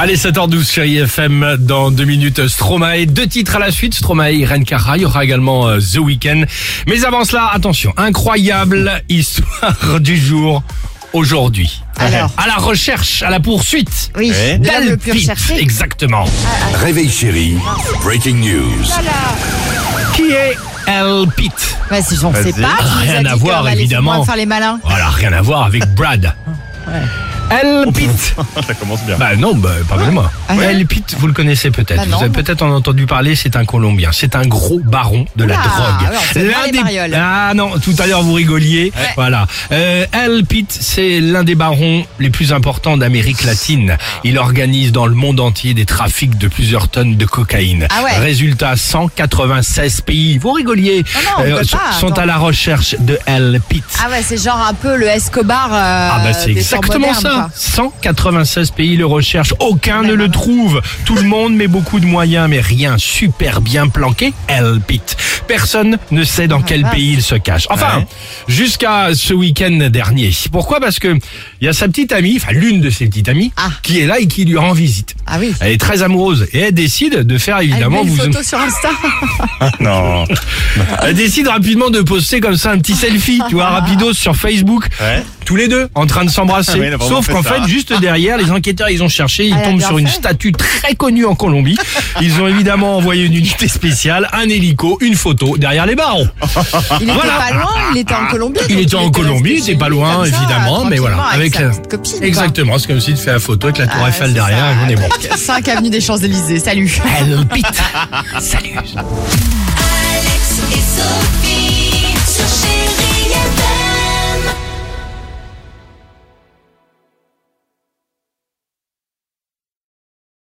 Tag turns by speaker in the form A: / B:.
A: Allez, 7h12, chérie FM, dans deux minutes, Stromae. Deux titres à la suite, Stromae, Renkara. Il y aura également euh, The Weeknd. Mais avant cela, attention, incroyable histoire du jour aujourd'hui.
B: Alors.
A: À la recherche, à la poursuite.
B: Oui,
A: Eh
B: l'homme le plus
A: Pitt,
B: recherché. Ah.
A: Exactement.
C: Réveil chéri, breaking news.
A: Qui est El Pitt
B: Ouais, si j'en sais pas. tu nous
A: Rien
B: as dit
A: à
B: qu'on
A: voir,
B: allait
A: évidemment.
B: moins faire les malins.
A: Voilà, rien à voir avec Brad. El Pitt.
D: Ça commence bien.
A: Bah non, bah, pardonnez-moi.
B: Ah ouais.
A: El Pitt, vous le connaissez peut-être.
B: Bah non,
A: vous avez
B: non.
A: peut-être en entendu parler, c'est un Colombien. C'est un gros baron de la
B: Oula,
A: drogue.
B: ouais, on sait pas les marioles.
A: Ah non, tout à l'heure vous rigoliez. Voilà. Euh, El Pitt, c'est l'un des barons les plus importants d'Amérique latine. Il organise dans le monde entier des trafics de plusieurs tonnes de cocaïne.
B: Ah ouais.
A: Résultat, 196 pays, vous rigoliez, euh,
B: Ah non, on peut
A: sont-
B: pas,
A: sont
B: attends.
A: à la recherche de El Pitt.
B: Ah ouais, c'est genre un peu le Escobar. euh,
A: Ah bah c'est
B: des temps
A: exactement
B: modernes,
A: ça.
B: quoi.
A: 196 pays le recherchent, aucun ne le trouve. Tout le monde met beaucoup de moyens, mais rien. Super bien planqué, El Pit. Personne ne sait dans quel
B: vache.
A: pays il se cache. Enfin, jusqu'à ce week-end dernier. Pourquoi Parce que il y a sa petite amie, enfin l'une de ses petites amies,
B: Ah.
A: qui est là et qui lui rend visite.
B: Ah oui.
A: Elle est très amoureuse et elle décide de faire
B: Ah, Elle met
A: Eh, évidemment.
B: une
A: vous- Ah,
B: photo sur Insta.
D: Non.
A: Elle décide rapidement de poster comme ça un petit selfie, tu vois, rapidos sur Facebook.
D: Ouais.
A: Tous les deux en train de s'embrasser.
D: Ah oui, elle a vraiment
A: Sauf
D: fait
A: qu'en
D: ça.
A: fait, juste derrière, les enquêteurs, ils ont cherché, ils
B: Elle a
A: tombent
B: bien
A: sur une
B: fait.
A: statue très connue en Colombie. Ils ont évidemment envoyé une unité spéciale, un hélico, une photo derrière les barons.
B: Oh, Il était
A: Voilà.
B: pas loin, il était en Colombie. donc
A: Il était en
B: resté
A: Colombie,
B: chez
A: c'est
B: lui
A: pas loin,
B: comme ça,
A: évidemment, mais voilà.
B: tranquillement, Avec,
A: Avec la-
B: sa petite copine. quoi.
A: Exactement, c'est comme si tu fais la photo avec la tour
B: Ah,
A: Eiffel
B: c'est
A: derrière
B: ça,
A: et on est bon.
B: avec 5 avenue des Champs-Élysées. Salut.
A: Elle pite. Salut.